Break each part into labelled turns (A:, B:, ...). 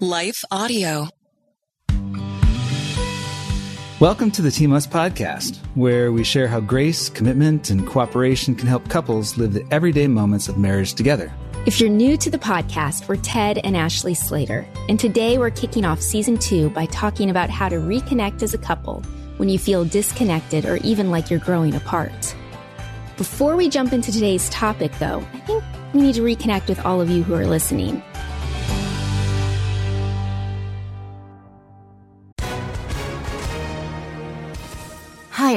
A: Life Audio.
B: Welcome to the Team Us podcast, where we share how grace, commitment, and cooperation can help couples live the everyday moments of marriage together.
C: If you're new to the podcast, we're Ted and Ashley Slater, and today we're kicking off season two by talking about how to reconnect as a couple when you feel disconnected or even like you're growing apart. Before we jump into today's topic, though, I think we need to reconnect with all of you who are listening.
D: Hi,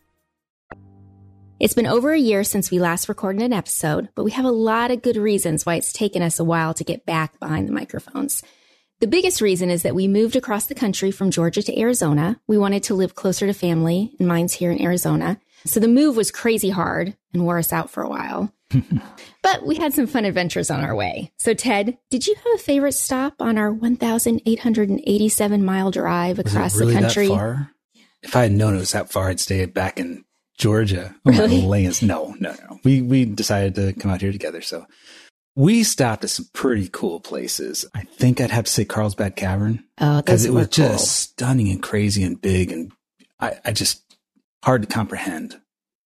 C: It's been over a year since we last recorded an episode, but we have a lot of good reasons why it's taken us a while to get back behind the microphones. The biggest reason is that we moved across the country from Georgia to Arizona. We wanted to live closer to family, and mine's here in Arizona. So the move was crazy hard and wore us out for a while. but we had some fun adventures on our way. So, Ted, did you have a favorite stop on our 1,887 mile drive
B: Was
C: across
B: it really
C: the country?
B: that far? If I had known it was that far, I'd stay back in Georgia. Oh, my
C: Really?
B: lands. No, no, no. We we decided to come out here together, so we stopped at some pretty cool places. I think I'd have to say Carlsbad Cavern
C: Oh,
B: because
C: those
B: it
C: were
B: was
C: cool.
B: just stunning and crazy and big, and I, I just hard to comprehend.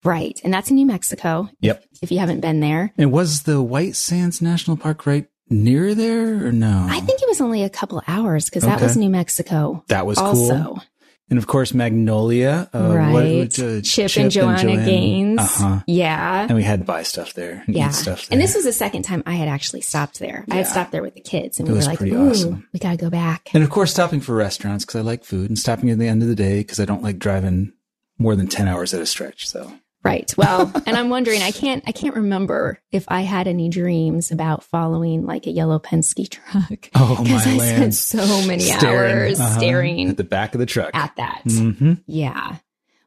C: right. And that's in New Mexico.
B: Yep.
C: If you haven't been there,
B: And was the White Sands National Park right near there or no?
C: I think it was only a couple hours because that
B: Okay.
C: was New Mexico.
B: that was
C: also.
B: cool. And of course, Magnolia. Uh, what-
C: right.
B: what, uh,
C: Chip, and Joanna Gaines.
B: Uh huh.
C: Yeah.
B: And we had to buy stuff there and
C: yeah.
B: eat stuff there.
C: And this was the second time I had actually stopped there. I had
B: Yeah.
C: stopped there with the kids and
B: It
C: we were
B: was
C: like,
B: pretty
C: ooh,
B: awesome.
C: we got to go back.
B: And of course, stopping for restaurants because I like food and stopping at the end of the day because I don't like driving more than 10 hours at a stretch. So
C: Right. Well, and I'm wondering, I can't, I can't remember if I had any dreams about following like a yellow Penske truck.
B: Oh,
C: Because
B: my
C: I spent
B: lands.
C: so many hours
B: uh-huh,
C: staring
B: at the back of the truck.
C: at that.
B: hmm
C: Yeah.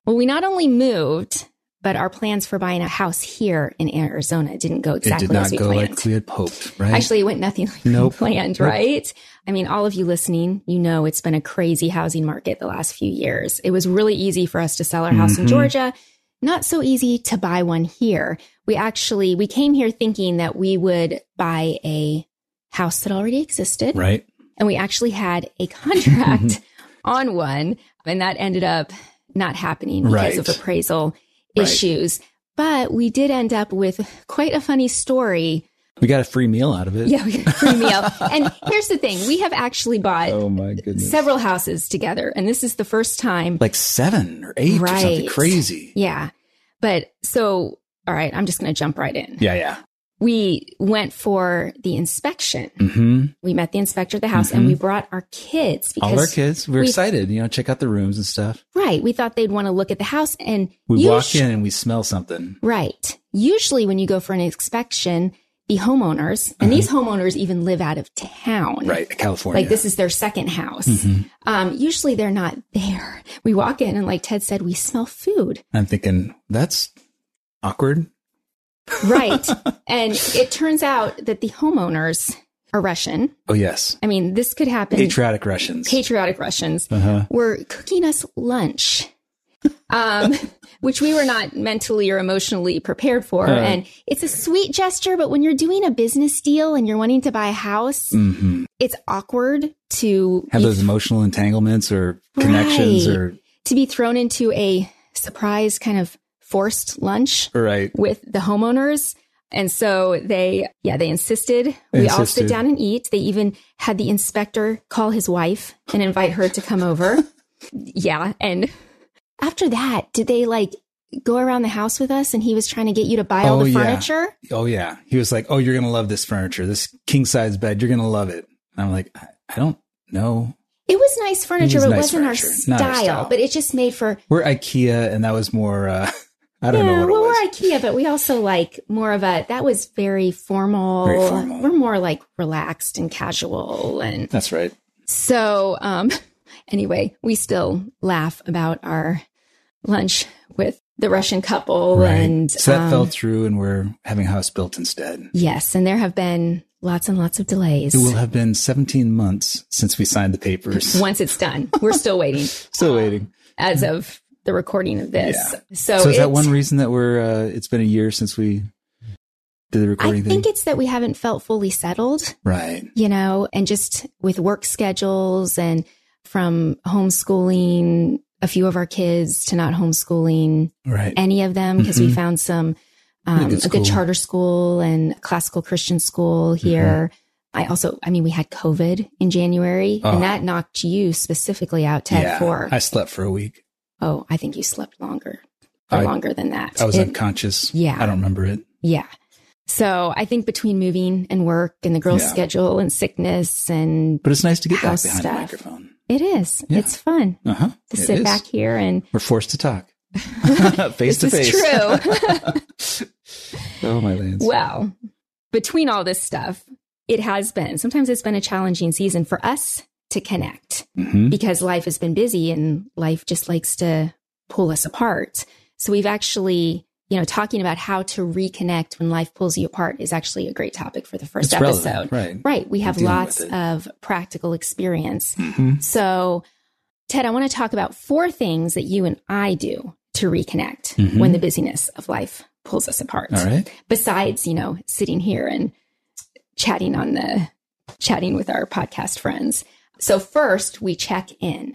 C: Well, we not only moved, but our plans for buying a house here in Arizona didn't go exactly
B: it did not
C: as we
B: go
C: planned.
B: like we had hoped, right?
C: Actually, it went nothing like
B: Nope.
C: we planned,
B: Nope.
C: right? I mean, all of you listening, you know it's been a crazy housing market the last few years. It was really easy for us to sell our house in
B: Mhm.
C: Georgia, not so easy to buy one here. We actually we came here thinking that we would buy a house that already existed,
B: right.
C: and we actually had a contract on one, and that ended up not happening because of
B: Right.
C: appraisal
B: Right.
C: issues. But we did end up with quite a funny story
B: We got a free meal out of it.
C: yeah, we got a free meal. and here's the thing: we have actually bought
B: Oh my goodness.
C: several houses together, and this is the first time.
B: like seven or eight or something
C: Right.
B: crazy.
C: Yeah, but so all right, I'm just going to jump right in.
B: Yeah, yeah.
C: We went for the inspection.
B: Mm-hmm.
C: We met the inspector of the house,
B: Mhm.
C: and we brought our kids because
B: All our kids, we're
C: we-
B: excited. You know, check out the rooms and stuff.
C: right, we thought they'd want to look at the house, and
B: We
C: you
B: walk
C: sh-
B: in and we smell something.
C: Right. Usually, when you go for an inspection, the homeowners and these homeowners even live out of town.
B: Uh-huh. Right, Oh, Mm-hmm. California.
C: Like this is their second house. Um, usually they're not there. We walk in and like Ted said, we smell food.
B: I'm thinking that's awkward.
C: Right. and it turns out that the homeowners are Russian.
B: Oh yes,
C: I mean, this could happen.
B: patriotic Russians.
C: Patriotic Russians
B: uh-huh.
C: were cooking us lunch. Um, which we were not mentally or emotionally prepared for.
B: Right.
C: And it's a sweet gesture, but when you're doing a business deal and you're wanting to buy a house,
B: hmm
C: it's awkward to
B: Have
C: be
B: those emotional entanglements or connections
C: Right. to be thrown into a surprise kind of forced lunch
B: or right.
C: with the homeowners. And so they, yeah, they insisted.
B: They
C: we all sit
B: insisted.
C: down and eat. They even had the inspector call his wife and invite her to come over. yeah. And After that, did they like go around the house with us and he was trying to get you to buy all
B: Oh,
C: the
B: yeah.
C: furniture?
B: Oh yeah. He was like, "Oh, you're gonna love this furniture, this king size bed. You're gonna love it." And I'm like, "I, I don't know.
C: It was nice furniture,
B: was
C: but it
B: nice
C: wasn't our
B: furniture,
C: style,
B: not our style.
C: But it just made for
B: We're IKEA, and that was more. uh I don't
C: yeah,
B: know
C: well,
B: what it
C: we're IKEA, but we also like more of a that was very formal.
B: Very formal.
C: We're more like relaxed and casual, and
B: was. That's right.
C: so um, anyway, we still laugh about our lunch with the Russian couple, and
B: so that
C: um,
B: fell through, and we're having a house built instead.
C: yes, and there have been lots and lots of delays.
B: It will have been 17 months since we signed the papers.
C: Once it's done, we're still waiting
B: Still waiting.
C: as of the recording of this.
B: Yeah.
C: So,
B: so is that
C: it's-
B: one reason that we're? uh It's been a year since we did the
C: I
B: recording
C: think
B: thing,
C: it's that we haven't felt fully settled.
B: right?
C: you know, and just with work schedules and from homeschooling a few of our kids to not homeschooling
B: Right.
C: any of them because we
B: Mhm.
C: found some um,
B: good
C: a
B: school.
C: good charter school and classical Christian school here. I also, I mean, we had COVID in January,
B: Oh.
C: and that knocked you specifically out, Ted.
B: yeah.
C: for
B: I slept for a week.
C: oh, I think you slept longer, or
B: I-
C: longer than that.
B: I was
C: It-
B: unconscious.
C: Yeah.
B: I don't remember it.
C: yeah. So I think between moving and work and the girls'
B: Yeah.
C: schedule and sickness and
B: But it's nice to get back
C: House
B: behind the
C: stuff.
B: microphone.
C: It is.
B: Yeah.
C: It's fun
B: Uh huh.
C: to sit back here and
B: We're forced to talk face
C: this
B: to face.
C: is
B: true. oh my lands.
C: well, between all this stuff, it has been. Sometimes it's been a challenging season for us to connect
B: Mhm.
C: because life has been busy and life just likes to pull us apart. So we've actually, you know, talking about how to reconnect when life pulls you apart is actually a great topic for the first
B: It's
C: episode.
B: relevant, right.
C: Right. We
B: We're
C: have
B: dealing
C: lots
B: with it.
C: of practical experience.
B: Mhm.
C: So, Ted, I want to talk about four things that you and I do to reconnect
B: Mhm.
C: when the busyness of life pulls us apart.
B: All right.
C: Besides, you know, sitting here and chatting on the chatting with our podcast friends. So first, we check in.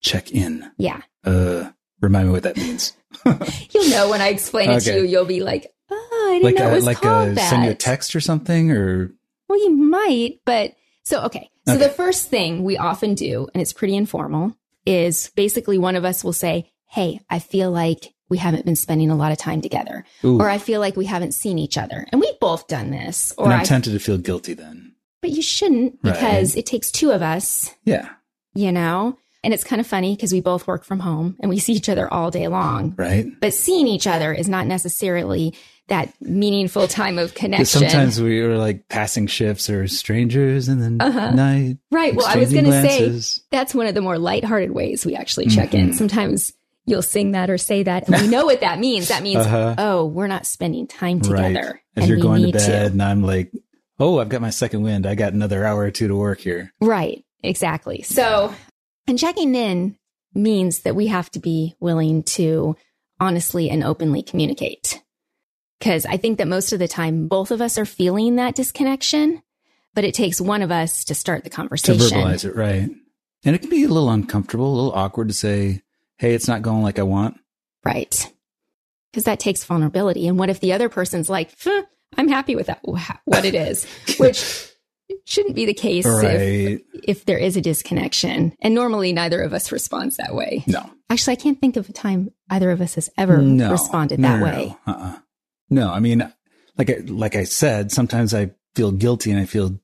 B: Check in.
C: Yeah.
B: Uh, remind me what that means.
C: You'll know when I explain it to
B: Okay.
C: you, you'll be like, "Oh, I didn't
B: like
C: know
B: uh
C: it was
B: like
C: called
B: uh
C: that."
B: send you a text or something or
C: Well, you might, but so okay. So
B: Okay.
C: the first thing we often do, and it's pretty informal, is basically one of us will say, "Hey, I feel like we haven't been spending a lot of time together,
B: Ooh.
C: or I feel like we haven't seen each other," and we've both done this. Or
B: and I'm
C: I,
B: tempted to feel guilty then.
C: but you shouldn't
B: Right.
C: because it takes two of us,
B: Yeah.
C: you know. And it's kind of funny because we both work from home and we see each other all day long.
B: Right.
C: But seeing each other is not necessarily that meaningful time of
B: 'Cause
C: connection.
B: Sometimes we were like passing shifts or strangers and then
C: Uh-huh.
B: night.
C: Right. Well, I was going
B: exchanging
C: to say
B: glances. Mm-hmm.
C: that's one of the more lighthearted ways we actually check in. Sometimes you'll sing that or say that, and we know what that means. That means,
B: Uh-huh.
C: oh, we're not spending time together,
B: As
C: and
B: you're
C: we
B: going to
C: need
B: bed, and I'm like, oh, I've got my second wind. I got another hour or two to work here.
C: Right. Exactly. So, and checking in means that we have to be willing to honestly and openly communicate. Because I think that most of the time, both of us are feeling that disconnection, but it takes one of us to start the
B: To
C: conversation.
B: verbalize it, right? And it can be a little uncomfortable, a little awkward to say, hey, it's not going like I want.
C: Right. Because that takes vulnerability. And what if the other person's like, "Huh, I'm happy with that, wha- what it is, which shouldn't be the case if,
B: Right.
C: if there is a disconnection. And normally neither of us responds that way.
B: No.
C: Actually, I can't think of a time either of us has ever
B: no.
C: responded
B: No,
C: that
B: no,
C: way.
B: No. Uh-uh. no, I mean, like I, like I said, sometimes I feel guilty and I feel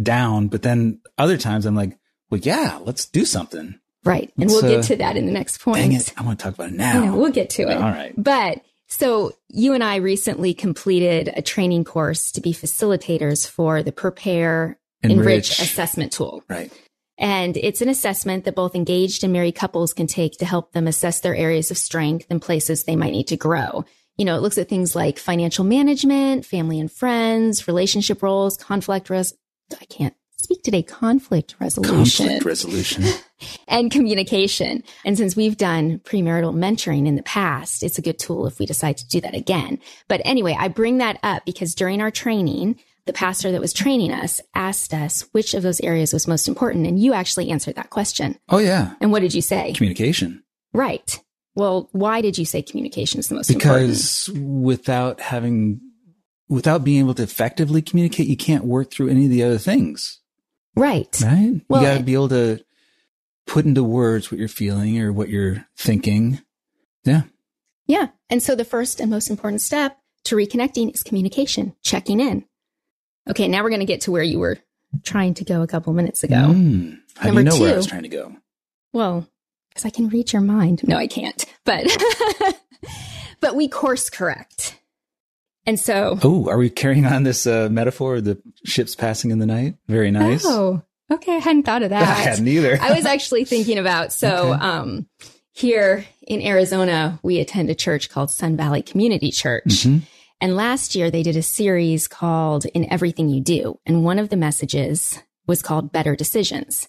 B: down, but then other times I'm like, well, yeah, let's do something.
C: Right. And
B: It's,
C: we'll
B: uh,
C: get to that in the next point.
B: Dang it. I want to talk about it now.
C: Yeah, we'll get to it.
B: All right.
C: But so you and I recently completed a training course to be facilitators for the Prepare Enrich
B: Enrich.
C: assessment tool.
B: Right.
C: And it's an assessment that both engaged and married couples can take to help them assess their areas of strength and places they might need to grow. You know, it looks at things like financial management, family and friends, relationship roles, conflict res I can't speak today, conflict resolution
B: Conflict resolution.
C: and communication. And since we've done premarital mentoring in the past, it's a good tool if we decide to do that again. But anyway, I bring that up because during our training, the pastor that was training us asked us which of those areas was most important. And you actually answered that question.
B: Oh, yeah.
C: And what did you say?
B: Communication.
C: Right. Well, why did you say communication is the most important?
B: because without having without being able to effectively communicate you can't work through any of the other things
C: Right.
B: right
C: Well,
B: you got to
C: it-
B: be able to put into words what you're feeling or what you're thinking. Yeah.
C: Yeah. And so the first and most important step to reconnecting is communication, checking in. Okay, now we're going to get to where you were trying to go a couple minutes ago.
B: Mm. How do
C: Number
B: you know where I
C: two.
B: was trying to go?
C: Well, because I can read your mind. No, I can't. But but we course correct. And so
B: Oh, are we carrying on this uh, metaphor of the ships passing in the night? Very nice.
C: Oh, okay. I hadn't thought of
B: I
C: that.
B: hadn't either.
C: I was actually thinking about so
B: Okay.
C: um here in Arizona we attend a church called Sun Valley Community Church.
B: Mhm.
C: And last year they did a series called In Everything You Do, and one of the messages was called Better Decisions.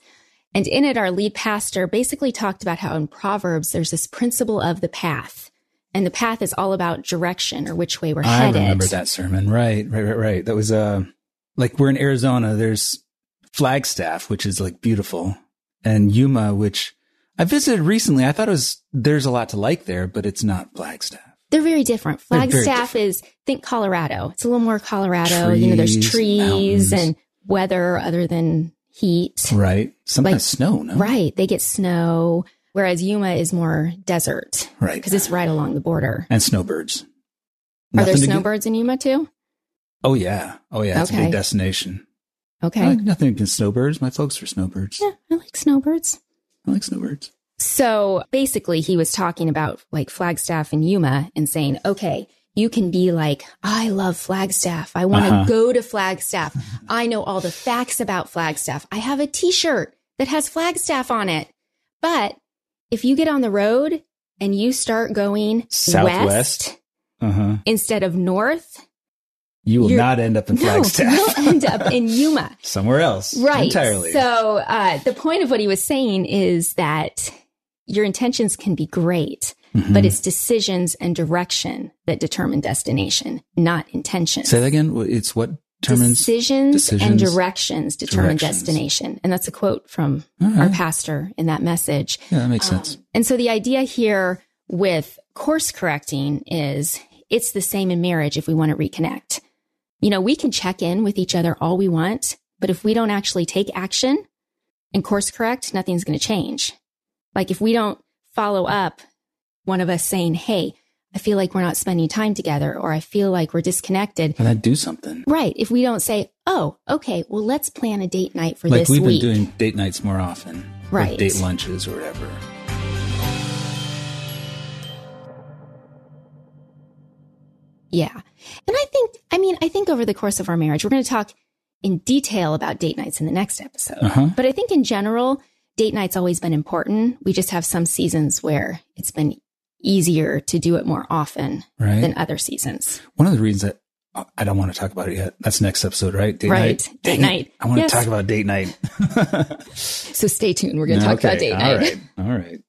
C: And in it our lead pastor basically talked about how in Proverbs there's this principle of the path. And the path is all about direction or which way we're
B: I
C: headed.
B: remember that sermon. Right, right, right, right. That was uh, like we're in Arizona. There's Flagstaff, which is like beautiful, and Yuma, which I visited recently. I thought it was there's a lot to like there, but it's not Flagstaff.
C: They're very different.
B: They're very
C: Flagstaff is think Colorado. It's a little more Colorado. you know, there's
B: Trees,
C: trees
B: mountains.
C: and weather other than heat.
B: Right. Sometimes
C: Like-
B: snow. No.
C: Right. They get snow. Whereas Yuma is more desert
B: Right.
C: because it's right along the border.
B: And snowbirds.
C: Are there
B: Nothing to get-
C: snowbirds in Yuma too?
B: Oh yeah. Oh yeah. It's a
C: Okay.
B: big destination.
C: Okay.
B: I like nothing against snowbirds. My folks were snowbirds.
C: yeah, I like snowbirds.
B: I like snowbirds.
C: So basically, he was talking about like Flagstaff and Yuma and saying, okay, you can be like, I love Flagstaff. I want to
B: Uh-huh.
C: go to Flagstaff. I know all the facts about Flagstaff. I have a t shirt that has Flagstaff on it. But if you get on the road and you start going
B: Southwest?
C: west
B: Uh huh.
C: instead of north,
B: You will
C: You're-
B: not end up in
C: no,
B: Flagstaff.
C: you'll end up in Yuma.
B: Somewhere else.
C: Right.
B: Entirely.
C: So uh, the point of what he was saying is that your intentions can be great,
B: Mm-hmm.
C: but it's decisions and direction that determine destination, not intentions.
B: Say that again. Wh- It's what determines.
C: decisions, and
B: decisions,
C: directions determine
B: directions.
C: destination. And that's a quote from
B: All right.
C: our pastor in that message.
B: Yeah, that makes sense.
C: Um, and so the idea here with course correcting is it's the same in marriage if we want to reconnect. You know, we can check in with each other all we want, but if we don't actually take action and course correct, nothing's going to change. Like if we don't follow up, one of us saying, Hey, I feel like we're not spending time together, or I feel like we're disconnected.
B: And I do something.
C: Right. If we don't say, Oh, okay, well, let's plan a date night for
B: Like
C: this
B: we've
C: week.
B: been doing date nights more often.
C: Right.
B: Like date lunches or whatever.
C: Yeah. And I think, I mean, I think over the course of our marriage, we're going to talk in detail about date nights in the next episode.
B: Uh-huh.
C: But I think in general, date night's always been important. We just have some seasons where it's been easier to do it more often
B: Right.
C: than other seasons.
B: One of the reasons that I- I don't want to talk about it yet. That's next episode, right? Date
C: Right.
B: night.
C: Date
B: Dang it.
C: night.
B: I want
C: Yes.
B: to talk about date night.
C: So stay tuned. We're going to talk about date night.
B: All right. All right.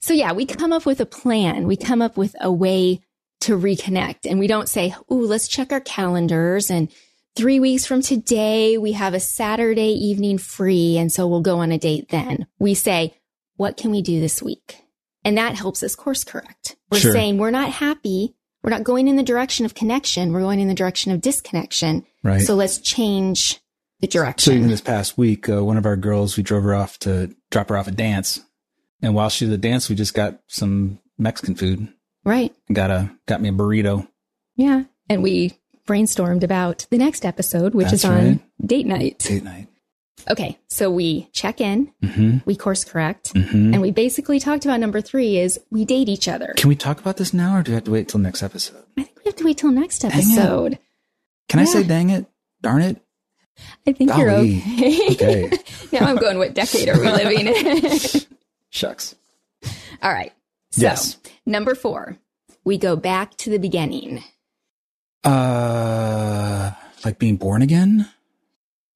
C: So yeah, we come up with a plan. We come up with a way to reconnect and we don't say, "Ooh, let's check our calendars and 3 weeks from today we have a Saturday evening free and so we'll go on a date then." We say, "What can we do this week?" And that helps us course correct. We're
B: Sure.
C: saying we're not happy. We're not going in the direction of connection. We're going in the direction of disconnection.
B: Right.
C: So let's change
B: So
C: the
B: even
C: direction.
B: this past week, uh, one of our girls, we drove her off to drop her off at dance, and while she was at dance, we just got some Mexican food
C: right.
B: and got a got me a burrito.
C: Yeah. And we brainstormed about the next episode, which is
B: That's
C: on
B: right.
C: date night.
B: Date night.
C: Okay. So we check in,
B: Mm-hmm.
C: we course correct,
B: Mm-hmm.
C: and we basically talked about number three is we date each other.
B: Can we talk about this now, or do we have to wait till next episode?
C: I think we have to wait till next
B: it.
C: episode.
B: Can I say,
C: Yeah.
B: dang it, darn it?
C: I think you're
B: Golly.
C: okay.
B: Okay.
C: now I'm going, what decade are we living in?
B: Shucks.
C: All right. So
B: Yes.
C: number four, we go back to the beginning.
B: Uh, like being born again.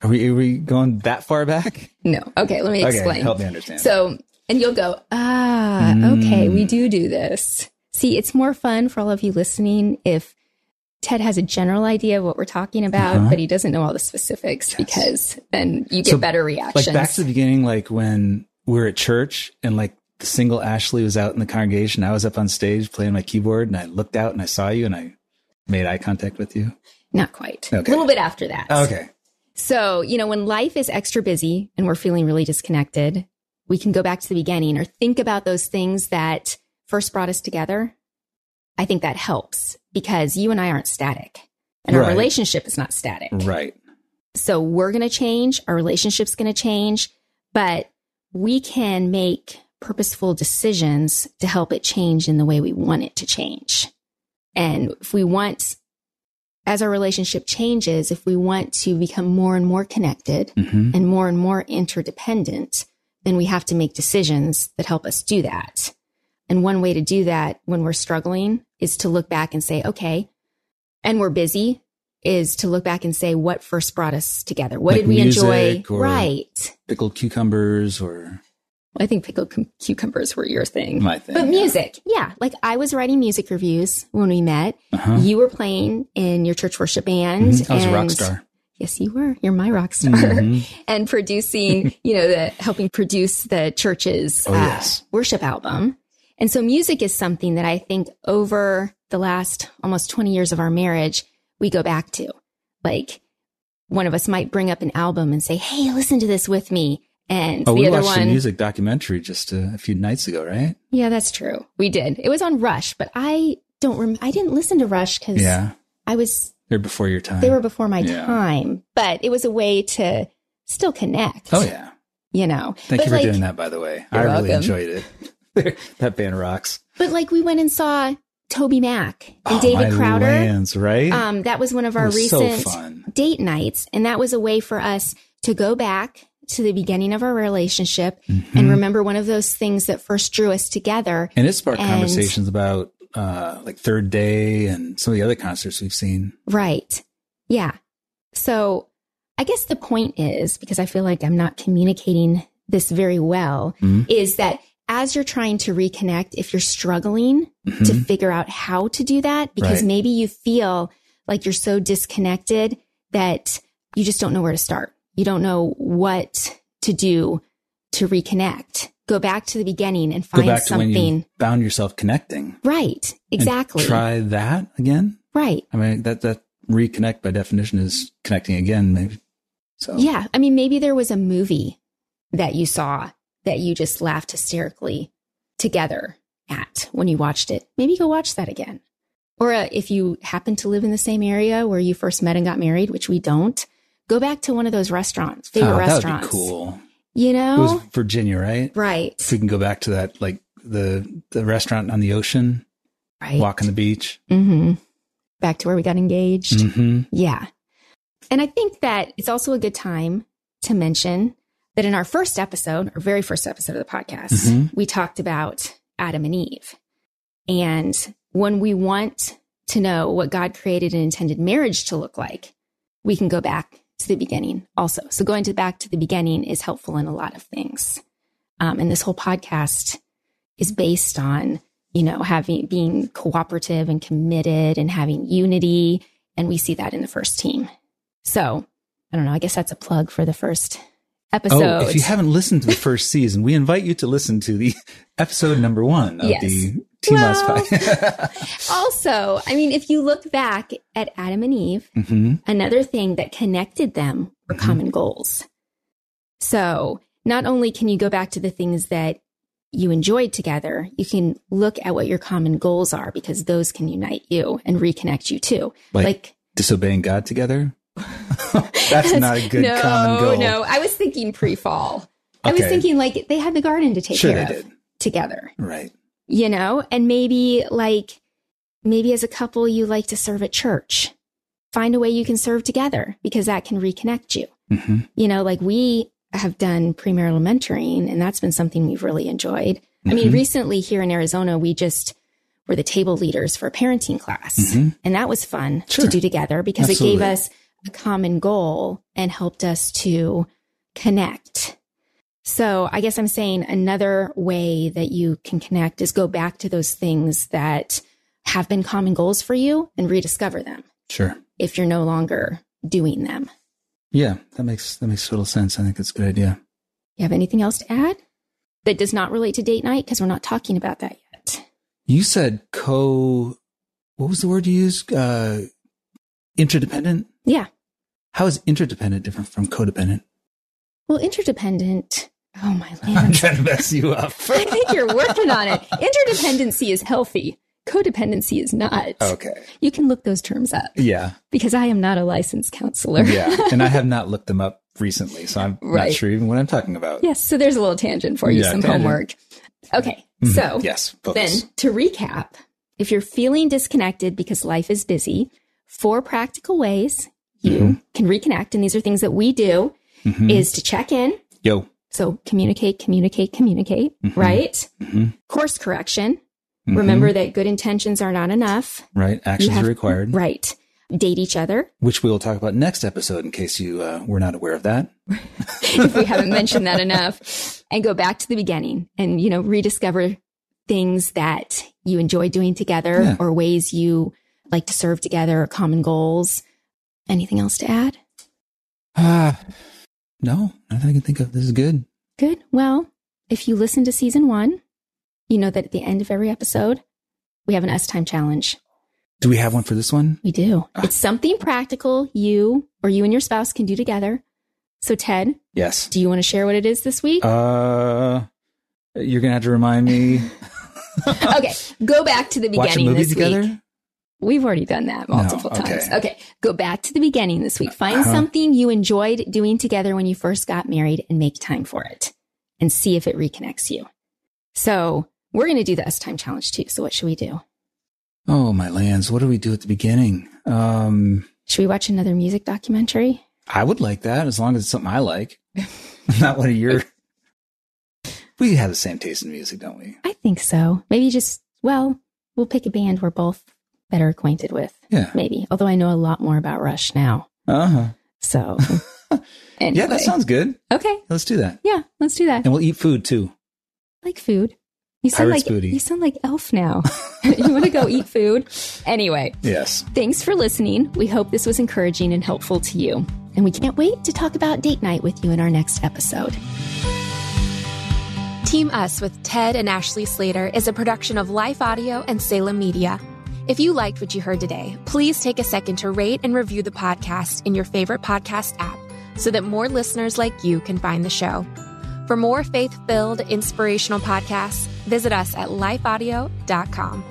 B: Are we, are we going that far back?
C: No. Okay. Let me explain.
B: Okay, help me understand.
C: So, and you'll go, ah, okay, we do do this. See, it's more fun for all of you listening if Ted has a general idea of what we're talking about,
B: Uh-huh.
C: but he doesn't know all the specifics because then you get
B: So,
C: better
B: like
C: reactions.
B: back to the beginning, like when we were at church and like the single Ashley was out in the congregation. I was up on stage playing my keyboard and I looked out and I saw you and I made eye contact with you.
C: Not quite.
B: Okay.
C: A little bit after that.
B: Okay.
C: So, you know, when life is extra busy and we're feeling really disconnected, we can go back to the beginning or think about those things that first brought us together, I think that helps because you and I aren't static and
B: Right.
C: our relationship is not static.
B: Right.
C: So we're going to change, our relationship's going to change, but we can make purposeful decisions to help it change in the way we want it to change. And if we want, as our relationship changes, if we want to become more and more connected
B: hmm
C: and more and more interdependent, then we have to make decisions that help us do that. And one way to do that when we're struggling is to look back and say, okay, and we're busy is to look back and say what first brought us together. What
B: Like
C: did we enjoy?
B: music or-
C: Right.
B: Pickled cucumbers or
C: Well, I think pickled cum- cucumbers were your thing.
B: my thing.
C: But music, yeah. Like I was writing music reviews when we met.
B: Uh-huh.
C: You were playing in your church worship band.
B: Mhm. I was a rock
C: Mm-hmm. and-
B: star.
C: Yes, you were. You're my rock star.
B: Mhm.
C: and producing, you know, the helping produce the church's uh,
B: Oh, yes.
C: worship album. And so music is something that I think over the last almost 20 years of our marriage, we go back to. Like one of us might bring up an album and say, Hey, listen to this with me. And
B: Oh,
C: the
B: we
C: other
B: watched a
C: one,
B: music documentary just uh, a, a few nights ago, right?
C: yeah, that's true. We did. It was on Rush, but I don't rem- I didn't listen to Rush because
B: Yeah.
C: I was,
B: They're before your time.
C: they were before my
B: Yeah.
C: time, but it was a way to still connect.
B: Oh, yeah.
C: You know,
B: Thank
C: But
B: you for
C: like-
B: doing that, by the way. I
C: You're
B: really
C: welcome.
B: enjoyed it. that band rocks.
C: But like we went and saw Toby Mack and
B: Oh,
C: David
B: my
C: Crowder.
B: lands, right?
C: Um, that was one of
B: That
C: our
B: was so
C: recent
B: fun.
C: date nights, and that was a way for us to go back to the beginning of our relationship
B: Mm-hmm.
C: and remember one of those things that first drew us together.
B: and it sparked
C: and-
B: conversations about uh, like Third Day and some of the other concerts we've seen.
C: Right. Yeah. So I guess the point is because I feel like I'm not communicating this very well
B: Mhm.
C: is that as you're trying to reconnect, if you're struggling to
B: Mhm.
C: figure out how to do that, because
B: Right.
C: maybe you feel like you're so disconnected that you just don't know where to start. You don't know what to do to reconnect. Go back to the beginning and
B: Go
C: find
B: back
C: something.
B: to when you found yourself connecting.
C: right.
B: and
C: Exactly.
B: try that again.
C: Right.
B: I mean, that that reconnect by definition is connecting again, maybe. So
C: Yeah. I mean, maybe there was a movie that you saw that you just laughed hysterically together at when you watched it. Maybe go watch that again. Or uh, if you happen to live in the same area where you first met and got married, which we don't, go back to one of those restaurants, favorite
B: Oh, that would
C: restaurants.
B: be cool.
C: You
B: It was
C: know?
B: Virginia, right? If
C: Right.
B: we can go back to that, like the the restaurant on the ocean,
C: Right.
B: walk on the beach.
C: hmm Back to where we got engaged.
B: hmm
C: Yeah. And I think that it's also a good time to mention that in our first episode, our very first episode of the podcast,
B: Mhm.
C: we talked about Adam and Eve. And when we want to know what God created and intended marriage to look like, we can go back to the beginning also. So going to back to the beginning is helpful in a lot of things. Um, and this whole podcast is based on, you know, having being cooperative and committed and having unity. And we see that in the first team. So I don't know. I guess that's a plug for the first episode.
B: Oh, if you haven't listened to the first season, we invite you to listen to the episode number one of
C: Yes.
B: the Team
C: Well-
B: Us podcast.
C: also, I mean, if you look back at Adam and Eve,
B: hmm
C: another thing that connected them were
B: Mm-hmm.
C: common goals. So not only can you go back to the things that you enjoyed together, you can look at what your common goals are because those can unite you and reconnect you too.
B: Like-
C: Like,
B: Disobeying God together. That's not a good
C: no,
B: common goal.
C: No, I was thinking pre-fall. I was
B: Okay.
C: thinking like they had the garden to take
B: Sure
C: care
B: they
C: of
B: did.
C: together.
B: Right.
C: you know and maybe like maybe as a couple you like to serve at church find a way you can serve together because that can reconnect you
B: hmm
C: you know like we have done premarital mentoring and that's been something we've really enjoyed i mean
B: Mhm.
C: recently here in arizona we just were the table leaders for a parenting class
B: Mhm.
C: and that was fun
B: Sure.
C: to do together because it
B: Absolutely.
C: gave us a common goal and helped us to connect so I guess I'm saying another way that you can connect is go back to those things that have been common goals for you and rediscover them
B: Sure.
C: if you're no longer doing them.
B: Yeah, that makes that makes total sense. I think that's a good idea.
C: You have anything else to add that does not relate to date night? Because we're not talking about that yet.
B: You said co. What was the word you used? Uh, interdependent.
C: Yeah.
B: How is interdependent different from codependent?
C: Well, interdependent, Oh my
B: I'm
C: land.
B: trying to mess you up.
C: I think you're working on it. Interdependency is healthy. Codependency is not.
B: okay.
C: You can look those terms up
B: Yeah.
C: because I am not a licensed counselor.
B: Yeah. And I have not looked them up recently, so I'm
C: Right.
B: not sure even what I'm talking about.
C: Yes, so there's a little tangent for you,
B: Yeah,
C: some
B: tangent.
C: homework. Okay, so
B: Yes.
C: then
B: Focus.
C: to recap, if you're feeling disconnected because life is busy, four practical ways you
B: Mm-hmm.
C: can reconnect, and these are things that we do,
B: Mhm.
C: is to check in.
B: Yo.
C: So communicate, communicate, communicate,
B: Mm-hmm.
C: right?
B: Mhm.
C: Course correction.
B: Mhm.
C: Remember that good intentions are not enough.
B: Right.
C: You
B: Actions
C: have-
B: are required,
C: Right. Date each other
B: which we will talk about next episode in case you uh, were not aware of that.
C: if we haven't mentioned that enough and go back to the beginning and, you know, rediscover things that you enjoy doing together
B: Yeah.
C: or ways you like to serve together or common goals. Anything else to add?
B: Ah. no, nothing I can think of. This is good.
C: Good. Well, if you listen to season one, you know that at the end of every episode, we have an S time challenge.
B: Do we have one for this one?
C: We do.
B: Ah.
C: It's something practical you or you and your spouse can do together. So, Ted,
B: Yes.
C: do you want to share what it is this week?
B: Uh, you're gonna have to remind me.
C: okay, go back to the beginning.
B: Watch a movie
C: this
B: together.
C: Week. We've already done that
B: No,
C: multiple
B: okay.
C: times. Okay, go back to the beginning this week. Find
B: Uh-huh.
C: something you enjoyed doing together when you first got married and make time for it and see if it reconnects you. So, we're going to do the S time challenge too. So, what should we do?
B: Oh my lands! What do we do at the beginning? Um,
C: Should we watch another music documentary?
B: I would like that as long as it's something I like, not one of your. We have the same taste in music, don't we?
C: I think so. Maybe just, well, we'll pick a band we're both better acquainted with.
B: Yeah.
C: Maybe. Although I know a lot more about Rush now.
B: Uh huh.
C: So, anyway.
B: Yeah, that sounds good.
C: okay.
B: Let's do that,
C: Yeah, let's do that.
B: and we'll eat food too.
C: like food. You sound
B: Pirate's
C: like
B: booty.
C: you sound like Elf now. you want to go eat food? Anyway,
B: Yes.
C: thanks for listening. We hope this was encouraging and helpful to you. And we can't wait to talk about date night with you in our next episode.
A: Team Us with Ted and Ashley Slater is a production of Life Audio and Salem Media. If you liked what you heard today, please take a second to rate and review the podcast in your favorite podcast app so that more listeners like you can find the show. For more faith filled, inspirational podcasts, visit us at lifeaudio.com.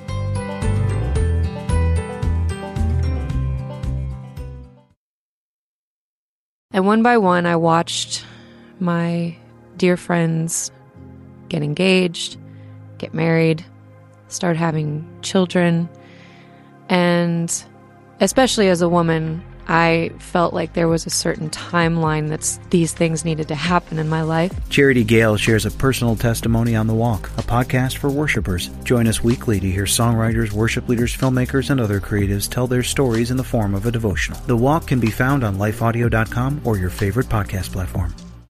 E: And one by one, I watched my dear friends get engaged, get married, start having children. And especially as a woman, I felt like there was a certain timeline that these things needed to happen in my life.
F: Charity Gale shares a personal testimony on The Walk, a podcast for worshipers. Join us weekly to hear songwriters, worship leaders, filmmakers, and other creatives tell their stories in the form of a devotional. The Walk can be found on lifeaudio.com or your favorite podcast platform.